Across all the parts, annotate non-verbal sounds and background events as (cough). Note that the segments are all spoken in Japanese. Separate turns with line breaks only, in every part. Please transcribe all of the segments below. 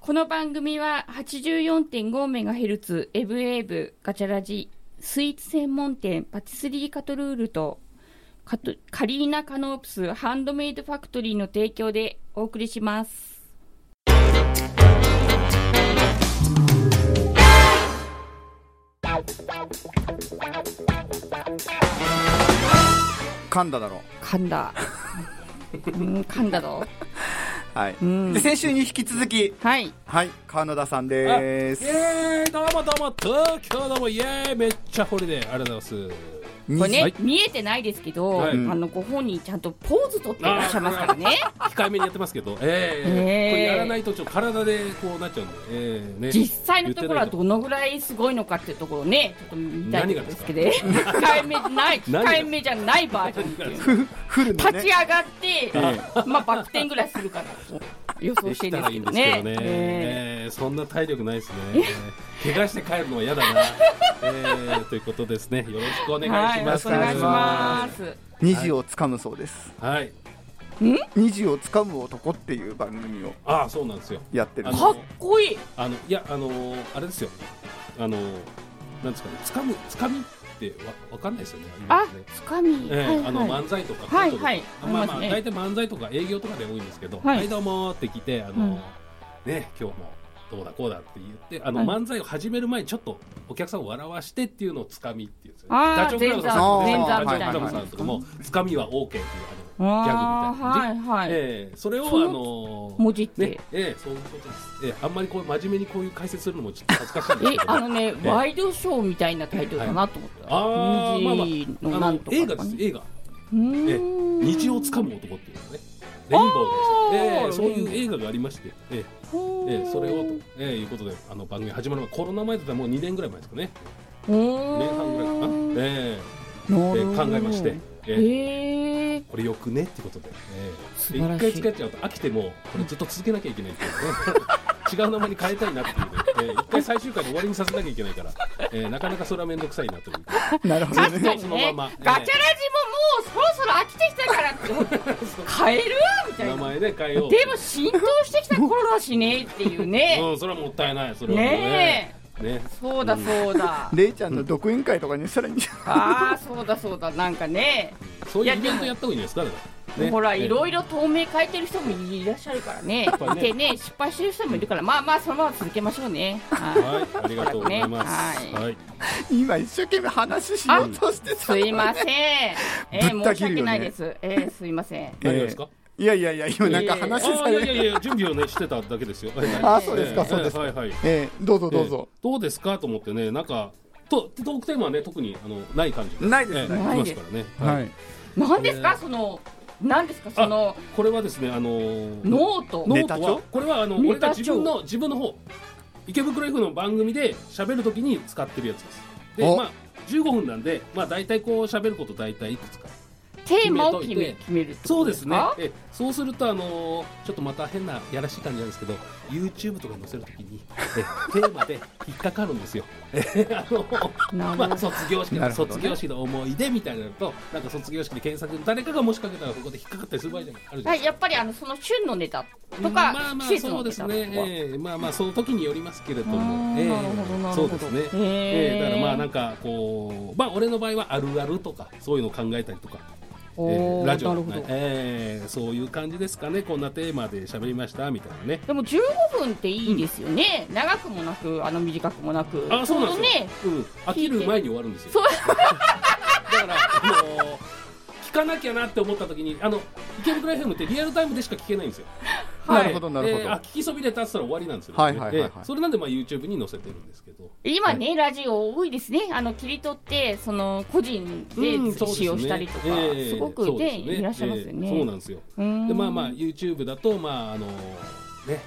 この番組は 84.5MHz エブエブガチャラジスイーツ専門店パティスリーカトルールとカトカリーナカノープスハンドメイドファクトリーの提供でお送りします。
噛んだだろ
噛んだ。うん、噛んだぞ。
う。はい。
ん
で、先週に引き続き、
はい。
はい、川野田さん
あ
で
イ
す。
エーイどうもどうも東京どうもイエーイめっちゃホリデーありがとうございます
これね、
はい
見えてないですけど、
はい
あのご本人ちゃんとポーズ取っていらっしゃいますからね。
控えめにやってますけど、えー
えー
これやらないとちょっと体でこうなっちゃうんで、えーね、
実際のところは
言って
どのぐらいすごいのかっていうところをね、ちょっと見たい
(laughs) 何
ん
が
で
ですす
け
か
ど、 (laughs) 控えめない、
何が
控えめじゃないバージョンっていう。
フルの
立ち
ね
上。がって、まあバク転ぐらいするかなと予想
で
して
き
る
た
ん
ら
で
い
すけ
いん
ど
です
ね
けどね。
え
えーそんな体力ないですね。怪我して帰るのは嫌だな。えーということですね。よろしくお願
えはい、
いし
よ
ま
ろし
す。
くお願いします。
二時を掴むそうです。
はい。
二時を掴む男っていう番組を
ああ、そうなんですよ。
やってる (laughs)
あ。
か
の
っこいい。
あの、いや、あのーあれですよ。あのーなんですかね、つかむ、つかみってわわかんないですよね。今
あ
ね、
つかみ。
え
は
え
い
あの
はい。
漫才とか
はい
コントとか
はい
あまあ
ありま
ま
す
あ
ね
大体漫才とか営業とかで多いんですけど「
はい
はいどうも」って来て「あ
うん
のね今日もどうだこうだ」って言ってあの
はい
漫才を始める前にちょっとお客さんを笑わしてっていうのをつかみっていうんですよ
あー
ダチョウ倶楽部さんとか
前座
ダチョウ倶楽部さんとか
前
も
座
「つかみは OK」っていうあのギャ
あ
グみ
ー
たいな
はいはい。
でええそれをあ
その
の
文字って
ねええそういうことですええあんまりこう真面目にこういう解説するのもちょっと恥ずかしいんです
え
けど
あのね、
え
ワイドショーみたいなタイトルかなと思った。
あーまあまあ
虹
あ
の
の
なんとか
映
と
画
か
です
ね。
映画
うー
え
ん
虹をつかむ男っていうのがねレインボーで
あー
ええそういう映画がありまして、ええええそれをと、ええいうことであの番組始まる前コロナ前だったらもう2年ぐらい前ですかね
年
年半ぐらいかな、ええええ考えまして、ええ
へえ
これよくねってことで、え
素
え
晴らしい
一回使っちゃうと飽きてもこれずっと続けなきゃいけないっていうね (laughs) 違う名前に変えたいなっていうね、ええ一回最終回で終わりにさせなきゃいけないから、ええなかなかそれは面倒くさいなという
なるほど
確
ね。
かにね
そのままええ
ガチャラジももうそろそろ飽きてきたからって思って変えるみたい
名
な
前で変えよう
でも浸透してきた頃だしねっていうね
うん、それはもったいないそれはもう
ね
ね
え
ね
そうだそうだ
レイちゃんの独演会とかにしたらいいんじゃない
ああそうだそうだなんかね
そう
い
い
や
うイ
で
ベ
も
ントやった方がいいんじゃないですかだから、ね、
ほらいろ
い
いろ透明変えてる人もいらっしゃるからね
ぱね
でね失敗してる人もいるからまあまあそのまま続けましょうねはい
(laughs) はい、ありがとうございます。
ねはい
はい、
今一生懸命話しようとしてた
す
のに
いません。えー
ぶっ
申
た
し
切るよね
訳ないです。えーすいません。
何がですか。
いやいやいや、今なんか話
あ
さ
あ、い
れ
や
て
いやいや、準備をね、してただけですよ。
あ、そうですか、
ええ
そうですか。
はいはい。
ええ、どうぞどうぞ
え。え。どうですかと思ってね、なんか、と、トークテーマはね、特に、あの、ない感じが。
ないです
ええ
ね。
ない
きま
です
すからね。。
はいい。
何です
え
か
ー
その何ですかそ
あ
の、
これはですね、あのー
ノート。
ノ
ね
ート
ネタ帳
はこれはあの
ネ
俺
タ帳
たち自分の自分の方池袋 F の番組で喋るときに使ってるやつですで
お
まあ15分なんでまあ大体こう喋ること大体いくつか
テーマを決め
決めといて
決めるって
そ
こ
う
と
ですね
か
えそうするとあのーちょっとまた変なやらしい感じなんですけど YouTube とかに載せるときにえテーマで引っかかるんですよえあの
なるほど
まあ卒業式
な
の
るほどね
卒業式の思い出みたいなのとなんか卒業式で検索誰かがもしかけたらここで引っかかったりする場合じゃないあるじゃ
は
ない
い
ですか
やっぱりあのその旬のネタと
ま
か
あまあ
季節
そ
の
う
ネ
です
タとか。
ね、ええまあまあその時によりますけれど
あ
も、
ー
ええ
なるほどなるほ
そう
ど
です
へ
ね、
え
ええだからまあなんかこうまあ俺の場合はあるあるとかそういうのを考えたりとか、ええ
おー
ラジオ
な
と
る
か
ほ
ね
ど。
ええそういう感じですかねこんなテーマで喋りましたみたいなね
でも15分っていいですよね。長くもなくあの短くもなく。
あそうなんですよ、
ちょうどね。
うん、飽きる前に終わるんですよ
そう
だから、あのー聞かなきゃなって思った時にあの池袋 FM ってリアルタイムでしか聞けないんですよ
なるほどなるほど
えーあ聞きそびれたってたら終わりなんですよ、ね
はいはいはいはい
えーそれなんでまあ YouTube に載せてるんですけど
今ね、ラジオ多いですね、あの切り取って、その個人
うん
で
そうです
使
ね
用したりとか、
ええ
すごく
そう
ね、
で
いらっしゃいますよね。
ええそうなんですよ
うーん
でまあまあ YouTube だとまああのね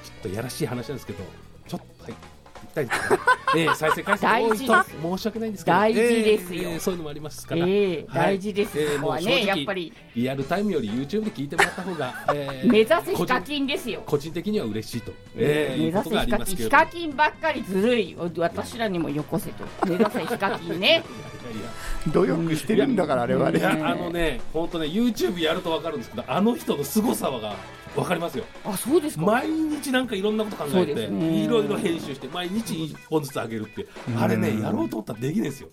ちょっとやらしい話なんですけどちょっとはい行ったりと
(laughs)
かねええ再生回数が多い
大事で
と申し訳ないんですけど
大事ですよ
ええええそういうのもありますから、
ええ
はい
大事です、
ええ
そこは
もう
ね、
正
やっ
直
ぱり
リアルタイムより YouTube で聞いてもらった方
(laughs)
が、ええ
目指せヒ
個
カ
人
キンですよ、
個人的には嬉しいと、ええ
目
いうこ
指
と
せ
があ
ヒ
り
カ
ま
キ
す
ン、
け
ヒ
れども
カキンばっかりずるい、私らにもよこせと、目指せヒカキンね、
いやいや
努力してるんだから、あれはあ
い
れ。
やあのね、本当ね、YouTube やると分かるんですけど、あの人の凄さがわかりますよ
あそうですか、
毎日なんかいろんなこと考
そう
え
です
て、
ね
いろいろ編集して毎日1本ずつ上げるって
うん
あれねやろうと思ったらできないんですよ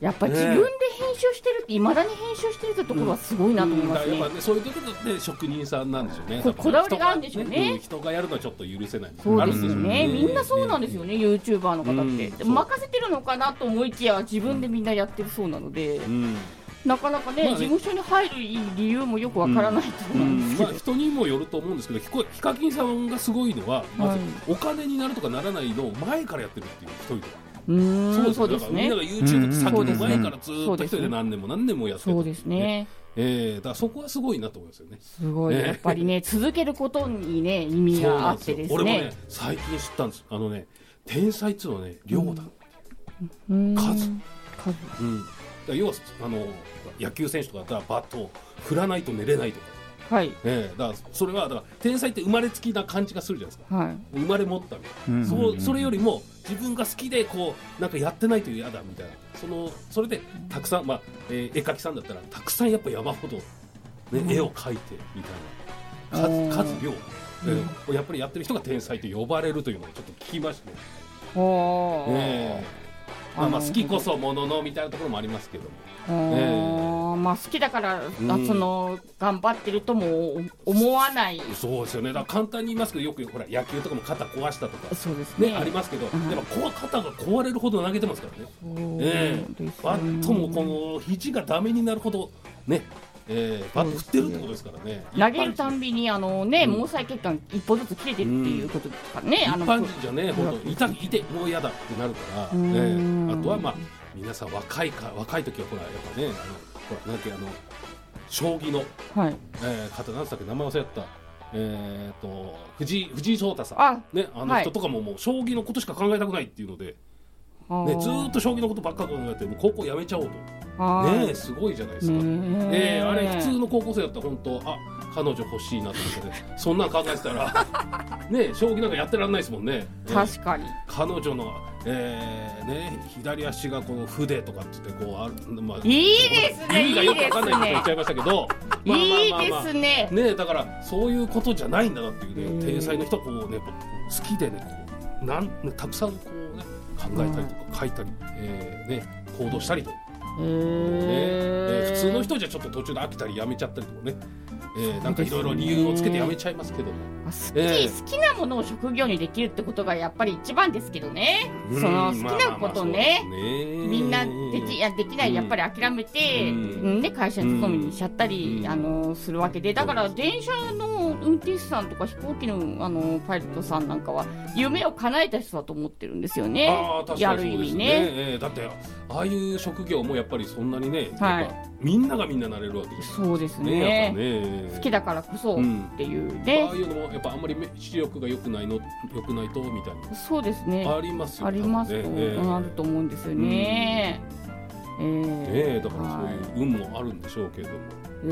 やっぱり
ね
自分で編集してるっていまだに編集してるってところはすごいなと思い
だ
ま
から
す
やっ
ね
ぱねそういうところって職人さんなんでしょうね
こ
やっぱ
こだわりがあるんでしょうね
人がうん人がやるのはちょっと許せない
そう
あ
で
るん
す
でし
よ
ょう
ねみんなそうなんですよね、ユーチューバーの方って、
うん
でも任せてるのかなと思いきや、自分でみんなやってるそうなので、
うん
なかなかね、
まあね
事務所に入る理由もよくわからないと
う
思うんで
ん
すけ
ま
ど、
あ、人にもよると思うんですけどヒコヒカキンさんがすごいのはまずお金になるとかならないのを前からやってるっていう一人で
うーん、そうで
だ
す
からみん
ね
な、が YouTube って先の前からず
そ
ー
う
っと
で
一
す
人
ね
で何年も何年もやってた
そうですね、
えーだからそこはすごいなと思いますよね
すごい、
ね
やっぱりね、続けることにね、意味
そう
が
な
あ
ん
っ
です
て
よ
です
俺もね
ね、
最近知ったんですあのね天才っつうのはね量だ、
うーん
数
数
うんだから要はあの野球選手とかだったらバットを振らないと寝れないとか、
はい、
ええだからそれはだから天才って生まれつきな感じがするじゃないですか
はい、
生まれ持ったみたいな、
うん
そうそれよりも自分が好きでこうなんかやってないと嫌だみたいなそのそれでたくさん、まあえー絵描きさんだったらたくさんやっぱ山ほど、ね絵を描いてみたいな
うん
数数量、えーやっぱりやってる人が天才と呼ばれるというのをちょっと聞きましたね、
ほー
ええまあ、ま
あ
あ
の
好きこそもののみたいなところもありますけども
あーまあ好きだから、あ
うん
その頑張ってるとも思わない
そうですよね。だから簡単に言いますけど、よくほら野球とかも肩壊したとか。
そうですね
ね、ありますけど、や
ん
っぱこう肩が壊れるほど投げてますからね。
そう
ええ
ですね
バットもこの肘がダメになるほど、ね、えーバット振ってるってことですからね。
投げるたん
一
びにあの、ね
うん
毛細血管一歩ずつ切れてるっていうことですからね、あの
般人一般人じゃね、
そう
本当痛い痛いもう嫌だってなるから、
う
ね
ん
あとはまあ皆さん若いか若い時はほらやっぱね、あのほらなんてあの将棋の、
はい、
えー、方なんつったっけ名前忘れちゃった。えー、と藤井藤井聡太さん
あ
ね、あの
はい
人とかももう将棋のことしか考えたくないっていうので、ね、ずーっ
と
と将棋のことばっか考えてもう高校やめちゃおうと、ねえ、
ね
すごいじゃないですか、ええあれ普通の高校生だったら本当あ彼女欲しいなと思って、ね、 (laughs) そんなん考えてたら (laughs) ねえ将棋なんかやってらんないですもんね。ええ
確かに、
彼女の、えーね、左足がこの筆とかって言ってこうある、まあ、
いいですね
意味がよくわかんないこと言っちゃいましたけど、まあまあまあまあ
いいですね
ねだからそういうことじゃないんだなっていう
うん
ね天才の人はこうねやっぱ好きでねこうなんねたくさんこうね考えたりとか書いたり、えーね行動したりとか、ね
え
えー普通の人じゃちょっと途中で飽きたりやめちゃったりとかね、えーなんかいろいろ理由をつけてやめちゃいますけども、
好き、
ええ
好きなものを職業にできるってことがやっぱり一番ですけどね、
うん
その好きなことね、
まあまあまあそうですね
みんなできいやできな
う
い、
ん
やっぱり諦めて、
う
うんんね、会社に勤めにしちゃったり、
うん
あのするわけで、だから電車の運転手さんとか飛行機のあのパイロットさんなんかは、夢を叶えた人だと思ってるんですよね
ああ、確
や
か
る
に
意
そうです
味
ね
ね。
ええだってああいう職業もやっぱりそんなにね、
はい
やっぱみんながみんななれるわけです
そうです
ね
ね
やっぱね
好きだからこそ
うん
っていう
あ
ね
あ、いうのもやっぱあんまり視力が良くないの良くないとみたいな
そうですね、
ありますよ
あります
多
と、
分ねええ
あると思うんですよね。え
ね
え
えだからそういう運もあるんでしょうけどもね
え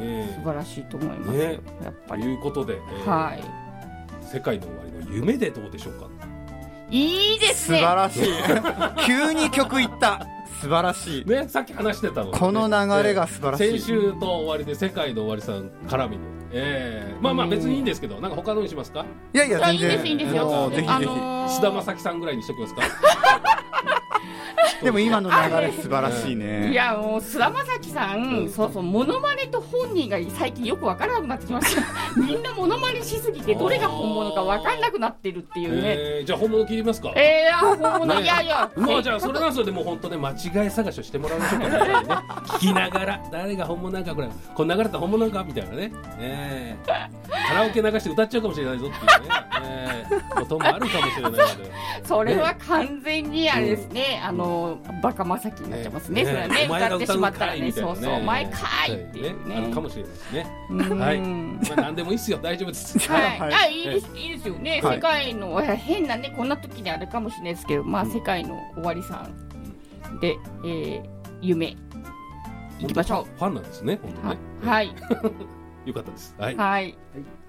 え
え
素晴らしいと思いますよ、
ね
やっ
と
ぱり。
いうことで、ええ
はい
世界の終わりの夢でどうでしょうか
いいです
素
ね。
晴らしい急に曲いった素晴らしい
ねさっき話してたのでね
この流れが素晴らしい
先週と終わりで世界の終わりさん絡みのええまあまあ別にいいんですけどなんか他のにしますか
いやいや
あい
全
いんで
然
すいいんです
も
よ。
うぜひぜひ、
あのー
須田まさきさんぐらいにしときますか
でも今の流れ素晴らしい
い
ね
やもう菅田将暉さん、
うん
そうそうモノマネと本人が最近よくわからなくなってきました
(laughs)
みんなモノマネしすぎてどれが本物かわかんなくなってるっていうね
えーじゃあ本物切りますか
えー、あ本物、
ね
いやいや
まあじゃあそれなんですよでも本当ね間違い探しをしてもらいましょうか
(laughs)
ねね聞きながら誰が本物なんかこれこの流れた本物なんかみたいなね、ええカラオケ流して歌っちゃうかもしれないぞっていうね、ええこともあるかもしれないので、
それは完全にあれですね、あのバカ将暉になっちゃいますねそれはね
お前
歌
が
ってしまったら
歌
ね
うかい
そう
み
そ
たいう
「
な
お前かい」っていう
ねある
ね
かもしれないですね、
うん
はいまあ、何でもいいですよ大丈夫
(laughs)
です
はい、
はい
あいいですいいですよね、
はい
世界のえ変なねこんな時にあれかもしれないですけど、まあ、世界の終わりさんで、えー夢行きましょ
うファンなんですね本当
は
ね、
はい
よかったですはい、
はい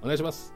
お願いします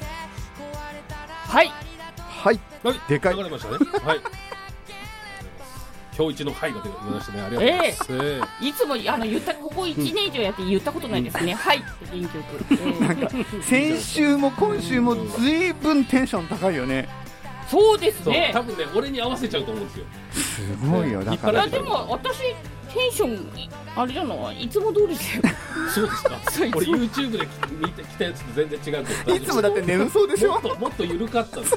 はい
はい
はい、
でかい
流れましたね。
(laughs)
はい。今日一のはいが出ましたね。ありがとうございます。えー
いつもあの言ったここ1年以上やって言ったことないですね、はいって原曲、
(laughs)
えー
先週も今週もずいぶんテンション高いよね
そうです
そう、
ね
多分ね、俺に合わせちゃうと思うんですよ。
すごいよだか
い
ら
やでも私テンションいあれじゃないいつも通りです
(laughs)
よ
そうですか。
(laughs) そう
俺 YouTube で見てきたやつと全然違うけど。
いつもだって眠そうでし
も
ょ
っ、ともっと緩
(laughs)
かったんです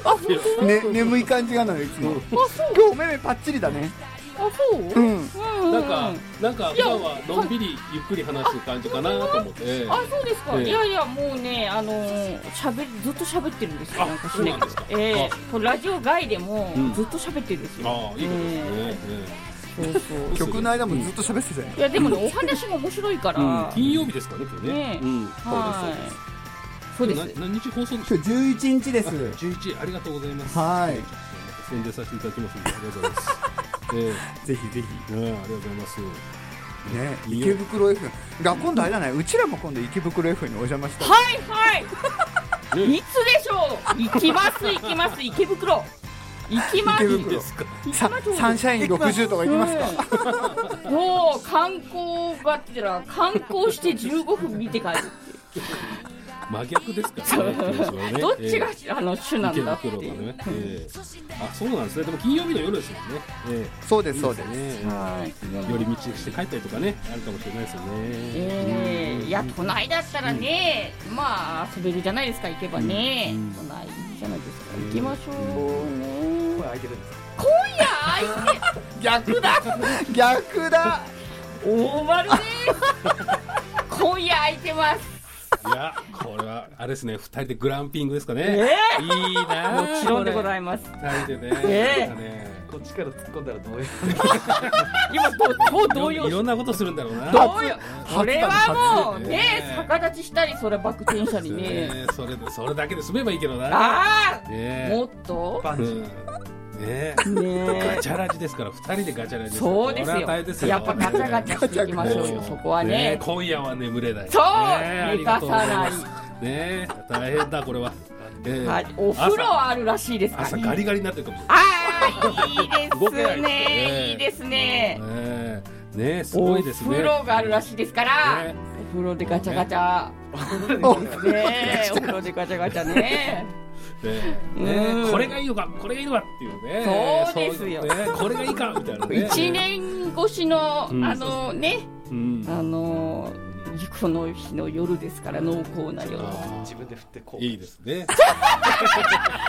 よ。
ね、眠い感じがなのよいつも
あそう
今日お目目パッチリだね
あそう
う
うん
ん
うん
なんか、なんか
い
普
や
段はのんびりゆっくり話す感じかなと思って。
あそうですか、
ええ
いやいやもうねあのー喋りずっと喋ってるんですよ
あ
なんかしない
そうなんですか
ええこれラジオ外でも
うん
ずっと喋ってるんですよ、
ああ、いいことですね。え
そうそう
え
曲の間もずっと喋ってたよ
いやでもねお話も面白いから、
うん金曜日ですかね、今日
ね
ね。うん。
はいそうです
な何日放送でした
今日11日です
11ありがとうございます。
はい
宣伝させていただきますのでありがとうございます。え
ぜひぜ
えうんありがとうございます。
ひね
いいよ
池袋 F が今度あれじゃないうちらも今度池袋 F にお邪魔した
はいはい、いつでしょう行きます行きます池袋行きます
池
行きま
袋
ですか。
さ
しょう
サンシャイン60とか行きますか
うんもう観光がってら観光して15分見て帰る
真逆ですから
(laughs)
ね。
どっちが
え
あの主
え
なん
池
だって
袋が
いう、
ね。ええあそうなんですね。でも金曜日の夜ですもんね。え
そうで
え
すそうです
いいね
はい
寄り道して帰ったりとかねあるかもしれないですよね。
え
う
え
ん
いや都内だったらね、まあ遊べるじゃないですか行けばね、
うん
都内いいじゃないですか、
うん
行きましょうね、
開いてるんです
今夜空いて
逆だ逆だ
大丸です今夜空いてます
いやこれはあれですね二人でグランピングですかね。いいなあ。
もちろんでござい
ま
ます
す。二人でね。
ええ
なんかね
こっちから突っ込んだらどういう
今どどう動
いろいろ
揺
い
し
ろんなことするんだろうな。
どうよそれはもうね
初だね
逆立ちしたりそれはバック転したりね
ねそれでそれだけで済めばいいけどな。
ああ
ね
もっと
パン
う
チ
んねえ
ね
ガチャラジですから二人でガチャラジから
そうです
これは
よ
大変ですよ
やっぱガチャガチャしていきましょう
も
よ
う
そこはね
え今夜は眠れない
そう
ねえありがとうございます
寝か
ねえ大変だこれは、ええ
はいお風呂あるらしいですか
朝
ら
朝ガリガリになってるかもしれない
ああいい
動け
で
な
す
いですよね
ねいいですね
ねえねえす
お
ごいですね
風呂があるらしいですから
ね
お風呂でガチャガチャ
お
ねえお風呂でガチャガチャね
ねえね
うん
えこれがいいのかこれがいいのかっていうね
そうですよ
そういうねこれがいいかみたいなね
1年越しのあ
うん
のね
うん
あのこの日の夜ですから濃厚な夜
あ
自分で振ってこ
ー
う
いいですね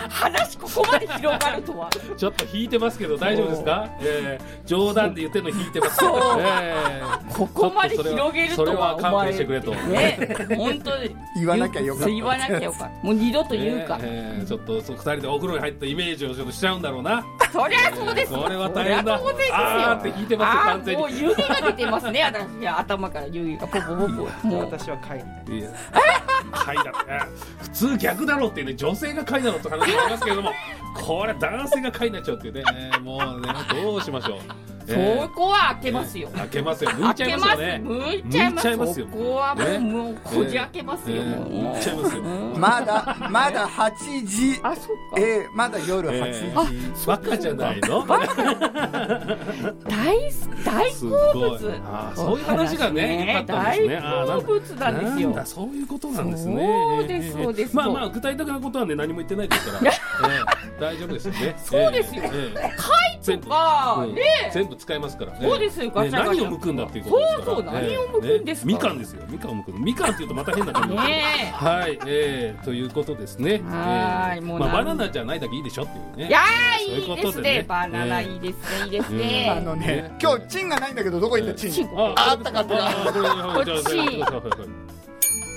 話ここまで広がるとは
(laughs) ちょっと引いてますけど大丈夫ですか、えー冗談で言ってるの引いてます
そう
えー
ここまで広げると
それは
は
勘弁してくれと
お前ね本当に
言わなきゃよかった
言わなきゃよかったもう二度と言うか、
えーえーちょっとそう二人でお風呂に入ったイメージをちょっとしちゃうんだろうな
そりゃそうですよ
これは大変だ
そりゃ当然ですよ
あーって引いてますよ
あ
完
ー
全
もう
に
湯気が出てますね私いや頭から湯気がポポポポもう
私は会にね
いや貝だって普通逆だろうっていうね女性が貝だろうって話もあります
(laughs)
けれどもこれ男性が貝になっちゃうっていうねえーもうねどうしましょう、え
そこは開けますよ
ー開けますよ抜
開
いちゃい
け
ますよね
むいちゃいます
抜いちゃいますよ
ここはもう,、
ね
もうこじ開けますよ、
えー
もう
抜いちゃいますよ
うん
まだまだ8時
あそうか、
えー、まだ夜8時、
えー、バカじゃないの
大大
す
好
ごい
物
あーそういう話がね良かったんですねあー
大好物なんです
なんだ
よ
そういうことなんですね
そうです
ええ
そうです
まあまあ具体的なことはね何も言ってないです
(laughs)
から、ええ大丈夫ですよね
そうですよ
ええ全部
あー
うん
ね
全部使えますから、ね
そうですよガチャガチャ
ね何を剥くんだっていうことですから
そうそう何を剥くんですか
ねみかんですよみかんを剥くのみかんっていうとまた変な感じ
ねえ
はい、ええということですね
はーい
ええ
もう
まあ、バ
なん
ナナじゃないだけいいでしょっていうね
いやー
そうい
いい
うこ
で
と
す
で
ね
ね
バナナいいですねいいですね
あのね今日チンがないんだけどどこ行ったチン、
チン
あ
あったかったか
あこれはいじゃあ
こっち
じゃあじゃあ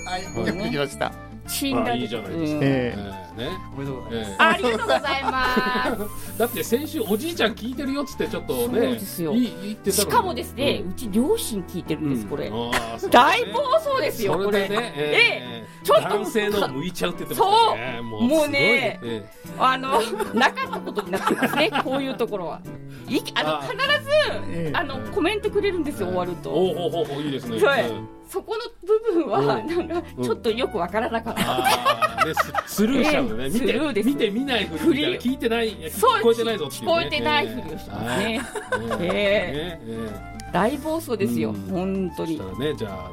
はいはい
はいよく行きました、
チンだ
あ
ね
いいじゃないですか
うん
えー
ええね
おめでとうございま
え
す
え
ありがとうございま
だって先週おじいちゃん聞いてるよっつってちょっとね
そうですよ
いいいいって
す
言った
し
のに
かもですねうち両親聞いてる
うん
んですこれ
あーそう
大暴走ですよ
そ
こ
れ
れ
でね
え
ええ
ちょっと
男性の向いちゃうって言ってましたね
そう
すごい
もうね
え (laughs)
あのなかったことになってますねこういうところはいあの
あ
必
え
ず
え
あのコメントくれるんですよ、終わると。
おうほうほうほういいですね。
はい
うん
そこの部分は
うん
なんか
うん
ちょっとよくわからなかった。
あーでススルーしちゃうのね、
ええ
見
スルーで
て
す
見て見ないふりみたいな
ふ
聞いてないいや
そう
聞こえてないぞっていう、ね、
聞こえてないふりをしてますね。
ええ
え
えええ
大暴走ですよ、
うん
本当
えそし
に
た。らねじゃあなんか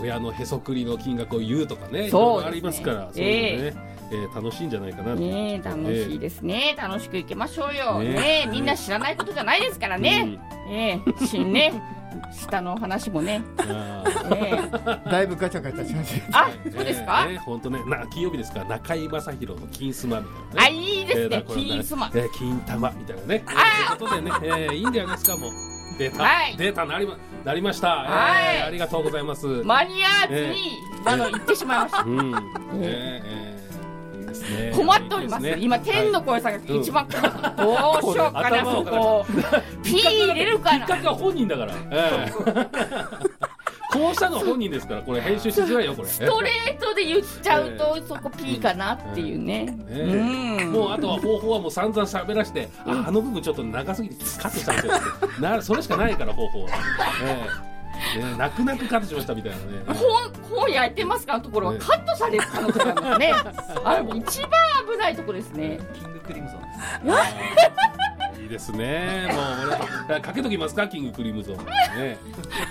親のへそくりの金額を言うとかね
そう
いろいろありますから、そう
ええ
いうのね、ええ楽しいんじゃないかなと思
ね
い
え
ますけど
楽しいですね、楽しくいきましょうよ、
ね
ね
え
えみんな知らないことじゃないですから
う
ね、
ん
ねえしね下のお話もね、
あ
(laughs)
ー
ねえ
だいぶガチャガチャしました
あそうですか、
ええ本当ね、な金曜日ですから中居正広の金スマみたいなね。
あいいです
え
ね
ー、これ
金スマ
えー金玉みたいなね。
あ
ということでね、えーいいんじゃないですかもう。データ、
はい
データなりまなりました、
はい
えーありがとうございます。うん。
マニアーズに、あの言ってしまいま (laughs) した
えーえーいいですね。
困っております
いいでね
今天の声さんが一番困ってます、どうしようかな
頭
そ
を
こピー入れるか
きっか
な
けは本人だから。えーこうしたのは本人ですから、これ編集しづらいよこれ。
ストレートで言っちゃうと、そこピーかなっていうね、
ね
うん
もうあとは方法はもう散々喋らして、ああの部分ちょっと長すぎてカットしたんですよってなそれしかないから方法は、ええね泣く泣くカットしましたみたいなね
本本焼いてますかのところは
ね
カットされる可能性があります (laughs) ね。あれもう一番危ないところですね。
キングクリムゾンです
いいですねもう俺かけときますかキングクリム (laughs) ゾンね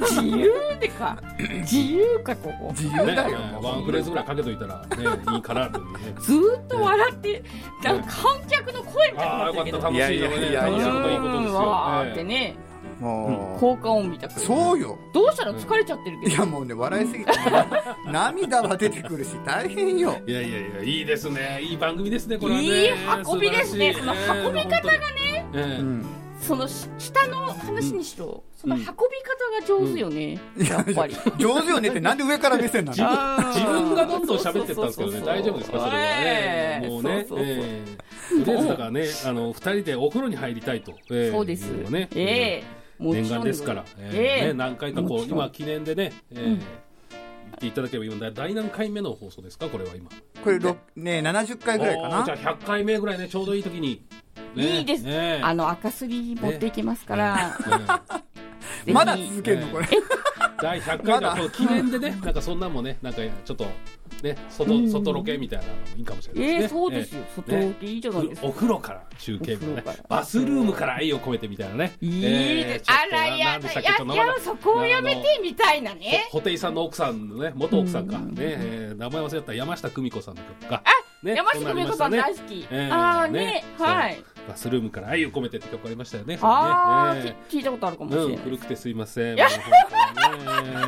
自由でか。
(laughs)
自由かここ。
自由
ね
だよ、
ワンフレーズぐらいかけといたら、ね、いいかなというね
ずーっと笑って、なんか観客の声みたいに
(laughs) あ
な
あ
ってる
よかっ
け
た
ど。
楽しいよね
いや
う
いや
楽しいこといいことで
ー
す
ん
よ
わ、ーっ
え
て
え
ね、
もう、
効果音みたく。
そうよ
どうしたら疲れちゃってるけ
い
ど。
やもうね笑いすぎて涙は出てくるし大変よ
いやいやいやいいですねいい番組ですねこれはね
いい運びですね
素晴らしい
その運び方がね
ええ
うん
そのし下の話にしろ、その運び方が上手よね。
いや
やっぱり。
上手よねってなんで上から目線な
自
の
分自分がどんどん喋ってったんですけどね、大丈夫ですか、それは。
え
え
え
えもうね、
そうそうそう
ええとりあえずだからね、あの二人でお風呂に入りたいと、ええ
そうです
いうのね。、
ええも
念
ちろ
願
ん
ですから、
え
ええ
え
ね何回かこう
もちろん
今記念でね、ええ言っていただければいいので、第何回目の放送ですか、これは今。
これろね70回ぐらいか
おーじゃ
な
あ100回目ぐらいね、ちょうどいい時に。ね
いいです。
ね
あの赤すり持っていきますから。
ええ
ぜひ
まだ続けるのこれ
第100回
ま
だ
だ
と記念でね、なんかそんなんもね、なんかちょっとね、外外ロケみたいなのもいいかもしれないです
え
ね。
えそうですよ。外
ね
行きいいじゃないですか。
お風呂から中継も
お
ね
風呂から
バスルームから愛を込めてみたいなね
いいです。あらやだや
い
やそこをやめてみたいなね。
ホテイさんの奥さんのね元奥さんか、
うん
ねえー名前忘れた山下久美子さんの曲か、ね
山下久美子さん
こなり
大
まし
好き。
ええ
ああね
ね
はい。
たねバスルームから愛を込めてって曲ありましたよね
ああ、
それね
き聞いたことあるかもし
え
れ
ーう、
なんい。
古くてすいません
いや
もう本当にね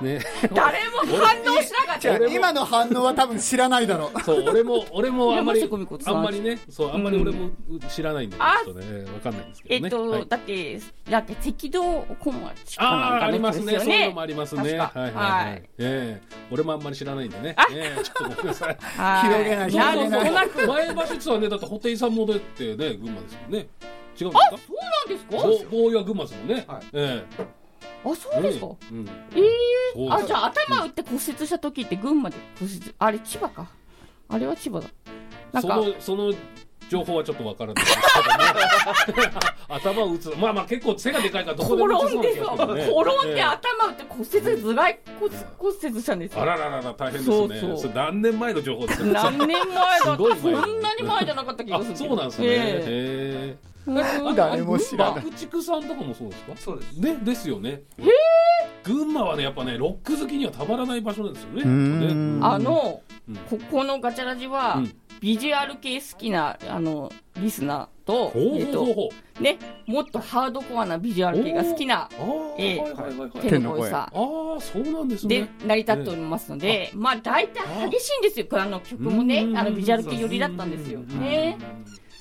ね
誰も反応しなかっ
じゃあ
た。
今の反応は多分知らないだろう
そう俺も俺もあんまり
山下久美子さ
あ
ん
んまりねそうあんまり俺も知らないんで、
あ
ちょっとねわかんないんですけど
え
ね
っと、
はい
だってだって赤道小町かな
あ
ん
あ、
か
あります
の
ね。
やつ
そういうのもあ
で
りますね。
確か
はいはい、は
はい
い。ええ俺もあんまり知らないんでね。ええちょっとごめんなさ
すよ
い。
ね。はい
広げない広げ
(laughs) なんとな
い
く
前橋さんね、だって、布袋さんもだってね、群馬ですもんね。違うんで
あ
す
そうな
か。
んですか。
ぼ坊や群馬ですもんね。
はい
え
あ
え
そうですか。
うんうん
ええ
そうです
あじゃあ頭打って骨折した時って群馬で骨折あれ千葉かあれは千葉だなん
そ
か
の、その。情報はちょっとわ
(laughs)
からない。頭を打つ、まあまあ、結構背がでかいから、どこでも打ち
転
そ
ん
うな
でそう
気がする
転
ね。
ん
ええ
で頭打って骨折頭蓋骨骨折したんです
あ
よ
らららら、大変ですね。
そうそう
それ何年前の情
(laughs)
報ですか。
何年前だ
すごい
ったそ
前
んなに前じゃなかった気が
あ
す、る
そうなんですね。
え
へえ
え
誰も知らない
爆竹さんとかもそうですか
そうです
ねですよね群馬はねやっぱねロック好きにはたまらない場所なんですよね
うーん
ね
あの、
うん
ここのガチャラジは、
うん
ビジュアル系好きなあのリスナーと,、
ほ
え
う
っ
ほう
と
ほう
ね、もっとハードコアなビジュアル系が好きな
あ
ええ
ーはいはいはいはい
手の声さ
あーそうなんです
で
ね
成り立っておりますので、まあ大体激しいんですよ、これあの曲も
う
ね
んうんう、ん
あのビジュアル系寄りだったんですよ。
うん
ね、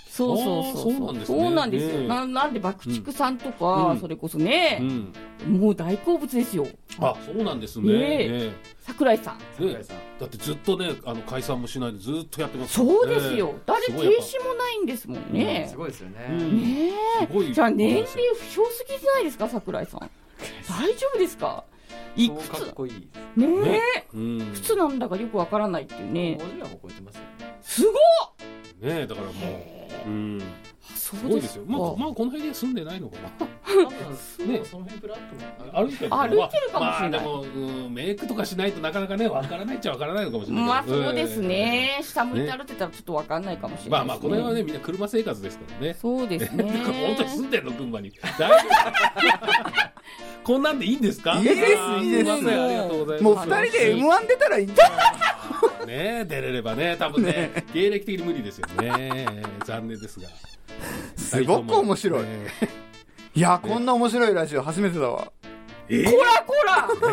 そうそうそう
あーそうなんですね
そうなんです
ね
よ。ななんで爆竹さんとか、
うん
それこそうね、
ん
もう大好物ですよ。
あそうなんですね
ね
え
桜井さん。
え
桜
ね
井さん
だってずっとねあの解散もしないでずっとやってます
そうですよ。
だ
誰停止もないんですもんね
す。ごいですよね、
止
ね
すご
え。
い
じゃあ年齢不詳すぎないですか、桜井さん。大丈夫ですか。い
そう
く
かっ
つ
こいいです
ね
ね
え。
うんね
いくつなんだかよくわからないっていうね。
50はもう超えてますよ
すごっ。
えだからもううん
あそそ
す
う
ごい
で
ですす
か
よ。まあ、まあ、この (laughs) 辺で住んでないのかな。
多分、
ね
その辺ブラックも
歩いてる
歩いてるかもしれない
まあ、でも、うん、メイクとかしないとなかなかね、わからないっちゃわからないのかもしれないけど。
まあそうです
え
ね、下向いて歩いてたらちょっとわかんないかもし
え。
れ
ま
な
あ
い
まあ、
です
この辺はね、みんな車生活ですからね。
そうです
(laughs) なんか本当に住
ね
んでんの群馬に。大丈夫 (laughs) こんなんでいいんですか
いいです
やー
いいです
ませんありがとうございます。
もう2人で M1 出たらいいんじゃない
ね出れればね、多分ね
ね、
芸歴的に無理ですよね。残念ですが。
すごく面白い。
ね
いや、こんな面白いラジオ初めてだわ。
え
こらこら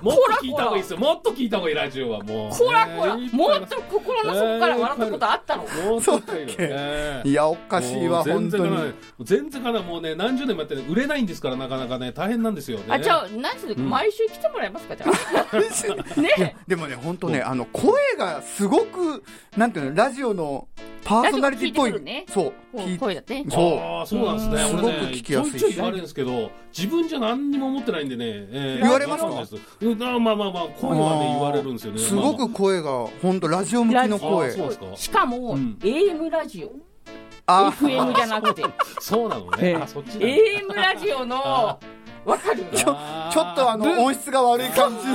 もっと聞いた方がいいですよ。もっと聞いた方がいいラジオはもう。
こらこら
ね
もっと心の底から笑ったことあったの
もうちょっといいの
そうだっけ
ね
いや、おかしいわ、
もう
本
全然
当
かな
に。
全然かなもうね何十年もやってね売れないんですからなかなかね大変なんですよね
あ、じゃあ、なんつうの
うん
毎週来てもらえますか、じゃ
(laughs)
あ。ね
でもね、本当ね、
うん
あの、声がすごく、なんていうの、ラジオのパーソナリティっぽい。
ラジオ聞いてく
そう。
こ
聞
う
い
声だって。
そう
あーそうなんですね
うん
俺ね
すごく聞きやすいしね
ちょいちょい言われるんですけど自分じゃ何にも思ってないんでね、えー
言われますか
わかんないですうんあまあまあまあ声はね
あー
言われるんですよね
すごく声が、本当ラジオ向きの
まあまああー
声
そ。うですか
しかも、
うん
AM ラジオ。
あ
FM じゃなく
(laughs)
て、
そうなの
え
ね
え
あそっちなんだ
AM ラジオの、わかる
ちょちょっとあの、音質が悪い感じ。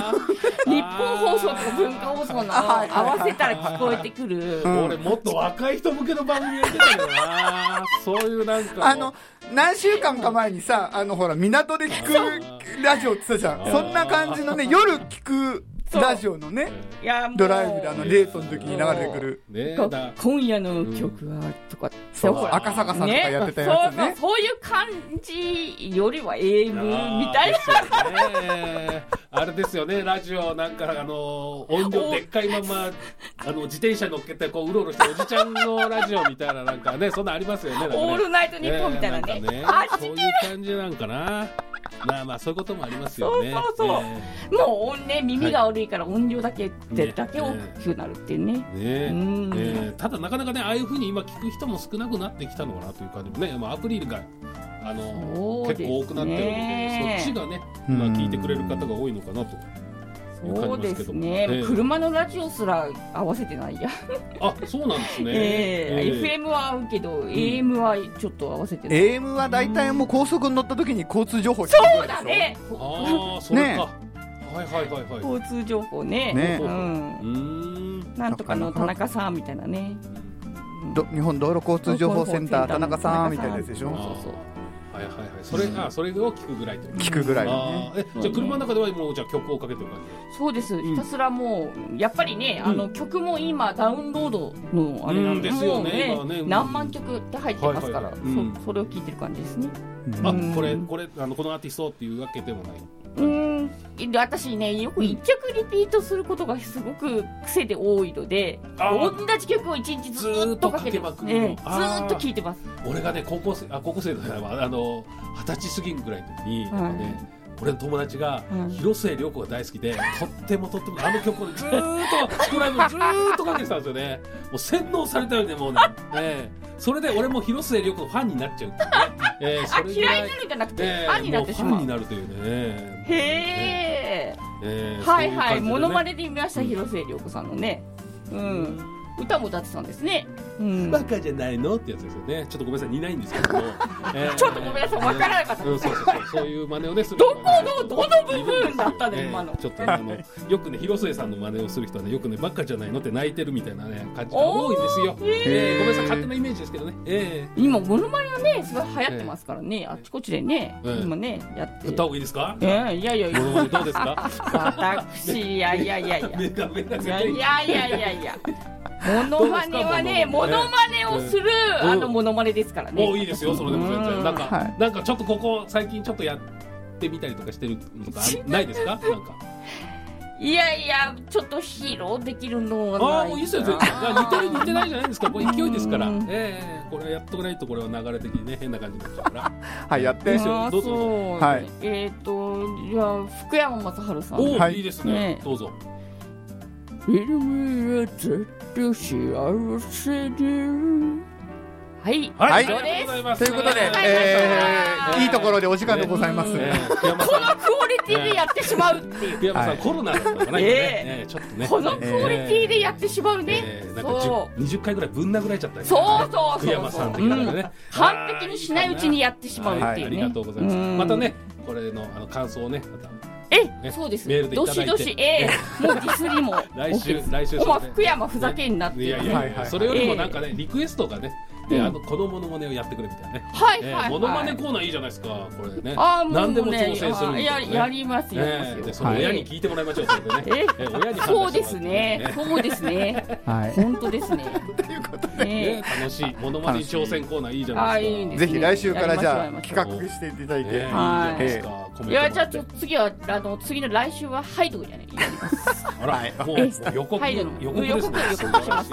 日本放送と文化放送の
はい
合わせたら聞こえてくる。
うん
俺もっと若い人向けの番組やってたよなそういうなんか
あの、何週間か前にさ、あの、ほら、港で聞くラジオって言ってたじゃん。
あー
そんな感じの
(laughs)
ね、夜聞くラジオのね、
いや、もう
ドライブであの、デートの時に流れてくる。
ね
こ
だ
今夜の曲は、とか、
そう
ほら
赤坂さんとかやってた
そう
やつ
そう
ね。
そういう感じよりは AM みたいな。
な、ね、あれですよねラジオなんかあの音量でっかいままあの自転車乗っけてこううろうろしておじちゃんのラジオみたいななんかねそんなんありますよねなんかね
オールナイトニッポンみたいなね。
えー
あ
んかねそういう感じなんかなまあまあそういうこともありますよね
そうそうそう
え
もうね、耳が悪いから音量だけで、
ね
だけ大きくなるっていうね。
ーねえ
うん
えーただなかなかねああいうふうに今聞く人も少なくなってきたのかなという感じもね、まあ、アプリがあの、
そうです
結
ね
構多くなってるのでそっちがね、
うん
まあ、聞いてくれる方が多いのかなと
そうですね、
ええ
車のラジオすら合わせてないや、
あそうなんですね、
ええ
ええ
FM は合うけど、AM はちょっと合わせてない、
AM は大体もう高速に乗った時に交通情報そう
そうだね、
ああ、それか。はいはいはいはい。
交通情報ね
ね
う、
うんーん。
なんとかの田中さんみたいなね、
ど日本道路交通情報センター田中さんみたいなやつでし
そ
ょ
うそうそう
あーはいはいはい。それ、あ、それを聞くぐらいという。
聞くぐらいのね
ああ、え、じゃあ車の中ではもうじゃあ曲をかけてる感
そうです、
ん
ひたすらもう、やっぱりね、あの曲も今、ダウンロードのあれなんで、
うんですよね
もう
今ねうん
何万曲って入ってますか
はい
ら、
はい
そ
はいうん
それを聞いてる感じですね。
じ。
う
あ、
ん
これ、これ、あの、このアーティストっていうわけでもない。
うんで私ねよく一曲リピートすることがすごく癖で多いので
あ
同
ー
じ曲を一日ずーっとかけてます
ずー
ね
っとかけまくるの
ず
あー
ーっと聴いてます
俺がね、高校生、あ、高校生だな、あの、二十歳過ぎんぐらいの時に、
い
なんかね、俺の友達が
うん
広末涼子が大好きで、とってもとってもあの曲をずーっとドラム
(laughs)
ずーっとかけてたんですよねもう洗脳されたよねもうね、ええそれで俺も広末涼子のファンになっちゃうっていうね、ええ
あ
それぐら
嫌いになるんじゃなくて
ええ
ファンになってし
も
ま
うファンに
う
なるというねえ
へ
え
え
ええ
はいはい
そうう感じでね
モノマネで見ました
うん
広末涼子さんのねうん歌も歌ってたんですねうん
バカじゃないのってやつですよねちょっとごめんなさい似ないんですけど
(laughs)
も、ええ
ちょっとごめんなさいわからなかった
うん、そうそうそう、そういう真似をね、する
どこのどの部分だったの
いるんですよ
今の
ええちょっとね、あの、よくね、広末さんの真似をする人はね、よくね、ばっかじゃないのって泣いてるみたいなね、感じが多いんですよ。ええごめんなさい、勝手なイメージですけどね。え
今モノマネはねすごい流行ってますからねあっちこっちでね
ええ
今ねやっ
え
て
やった方がいいですか。
ええいやいやい
モノマ
や
ネどうです
(laughs)
か。
私いやいやいやいや
目が目が
い
全
や
然
いやいやいやいや。モノマネはね、
どう
モ
ですか
ノマネをする、
うん
あのモノマネですからね。
もういいですよ、それでも全
う
然、
ん
なんか、
はい
なんかちょっとここ最近ちょっとやってみたりとかしてるのとかあないですか。なんか。
いやいや、ちょっと披露できるのはないな。
ああー、もういいですよ、全然。似てる似てないじゃないですか、これ勢いですから
うん。
ええこれやっとかないと、これは流れ的にね、変な感じになっちゃうから。
はいやっ
あ
て
ーそう
どうぞどう
はい
えっ、と、じゃあ、福山雅治さん。
おお、、
はいい
いですね。
ね
どうぞ。
いるみは絶対幸せで。はい。
はい
以上です。
ということで、えーいいところでお時間でございます。
えー木山さん
クオリティでやってしまうっていう。
福山さん、
はい
コロナだったからね、
え
ええちょっとね
このクオリティでやってしまうね。
ええなんか
そう。
10 20回ぐらいぶん殴られちゃったりね
そうそうそうそう
福山さん的なのでね、
完璧にしないうちにやってしまうってい
は
う
あり
ね。
がとうございます、
うん
またねこれのあの感想をねまた
え、
ね
そうです。
メールでい
ど
ただいて。
しどし、ええ、もうディスりも
来週
OK
来週
お前
それで
福山ふざけんなって
いやいやい
はい
や、
はいはい
それよりもなんかねリクエストがねで、
うん
あのこのモノマネをやってくれみたいなね、
はい
え
は
え
いはい。
モノマネコーナーいいじゃないですかこれね
ああ、もうね。
何でも挑戦するみたいな
や
ね
やりますよ。や
え
り
え
ま
ですそ
よ
の親に聞いてもらいましょうそれでね、
ええ
ええ親に判断してもら
そう
って
ですね。そうですね。
はい
本当です
(laughs)
ね。ということで。
ね楽しいモノマネ挑戦コーナーいいじゃ
あ
な
あ
い
いい
で
ね
すか
ぜひ来週からじ
や
ゃ
りま
あ
しょう
企画していただい
ねいい
て、
じゃ
は
ないですかコメントも
いやじゃあちょっと次はあの次の来週はハイドルじゃない。
あら、もうもう予告、
はい
予告ですね。
予告予告します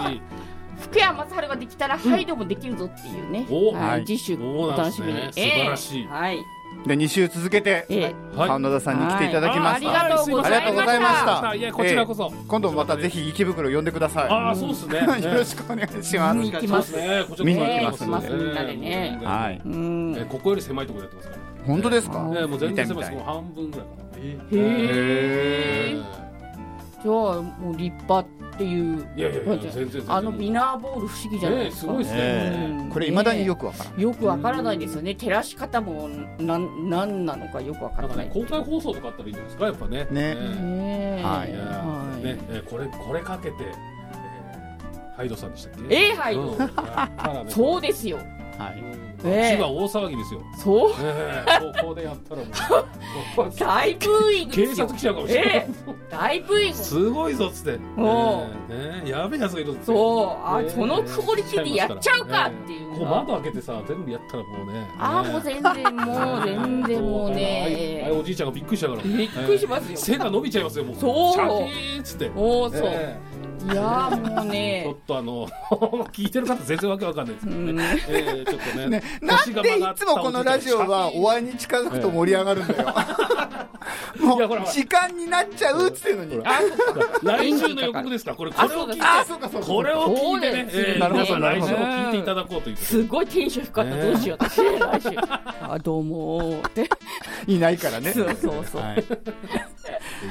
福山雅治ができたらハイドもできるぞっていうね。
お
は
はいい。次週
そう
お
なんで
楽
す
し
ね
みに。
素晴らしい
ええはい。
で2週続けて
ええ
はい
神田さんに来ていただきまし
はいあ
た
ありがとうございました
ありがとうございました
いやこちらこそ。
今度もまたぜひ池袋呼んでくださ
ああそうですね。
い (laughs) よろしくお願いします
見に行きます。
ねこちら
見に行きますんで
そう
みんなでね
はい
うん。
えここより狭いところやってますから。
本当ですか
ねもう全然
見て
狭
み
い
た
です。
い
もう半分ぐらいかな。
へえ。じゃあもう立派っていう。
いやいやいや全然全然
あのビナーボール不思議じゃない
ね
です
す
か。
ごいです
え
ね。
うん
ーこれ未だによくわからん
よくわからないですよね。照らし方もなんなんなのかよくわか
なん
ら
か
ない
ね。公開放送とかあったらいいんじゃないですかやっぱね。
ね
ねえ
はい
いや
は
ー
い
ねえこれこれかけてえーハイドさんでしたっけ？
ええハイド (laughs)
うんやったらね
そうですよ。
はい
ええ
千葉大騒ぎですよ。
そう。
ええここでやったらも
(laughs)
う
大ブーイング
警
です
察
よ。
来ちゃうかもしれない、
え大ブーイング。
すごいぞっつって、え
おう
えねえやべえやつがいるっつって
そう。あ、
ええ
そのクオリティでやっちゃうかってい
ええ
う
こう
の
窓
は。
開けてさ全部やったらもうね
あ
ね
ーもう全然もう全然もう
あれあ
ね。
れおじいちゃんがびっくりしたから
びっくりしますよ
ええ背が伸びちゃいますよもう
そう
シャキーンっつって
おおそう。
え
いやーもう
えち
(laughs)
ょっ
ね。
とあの (laughs) 聞いてる方全然わけわかんないです
う
けど
ん
ね、。ええちょっとね
ね
腰が
で
曲
い
がった
つもこのラジオは終わりに近づくと盛り上がるんだよ (laughs) も
いやほら
う時間になっちゃうっつってのに
あ来週の予告ですからこれこれを聞いて
あそうかそうか
これを聞いてね、
そうです
えー、
なるほど
皆さん
なる
来
ほ
週
ど
も聞いていただこうということ
すごいテンション低かった。どうしよう私。来週。あ、どうもーって。
いないからね
そうそうそう。
はい、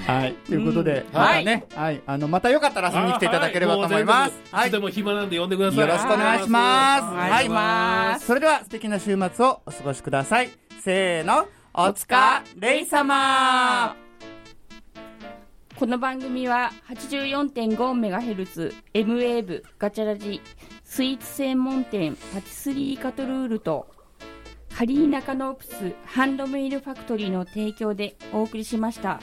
はい、ということで、
うん
またね、はい、あの、またよかったら遊びに来ていただければと思います。
は、
はいい、
いつで
よ
も暇なんで呼んでくだ
ろし
さい。
くお願いします。
お願いし
は
ま
い、
す
それでは素敵な週末をお過ごしください。せーの、おつかれいさま
この番組は 84.5MHz M ウェーブガチャラジスイーツ専門店パティスリーカトルールとハリーナカノープスハンドメイルファクトリーの提供でお送りしました。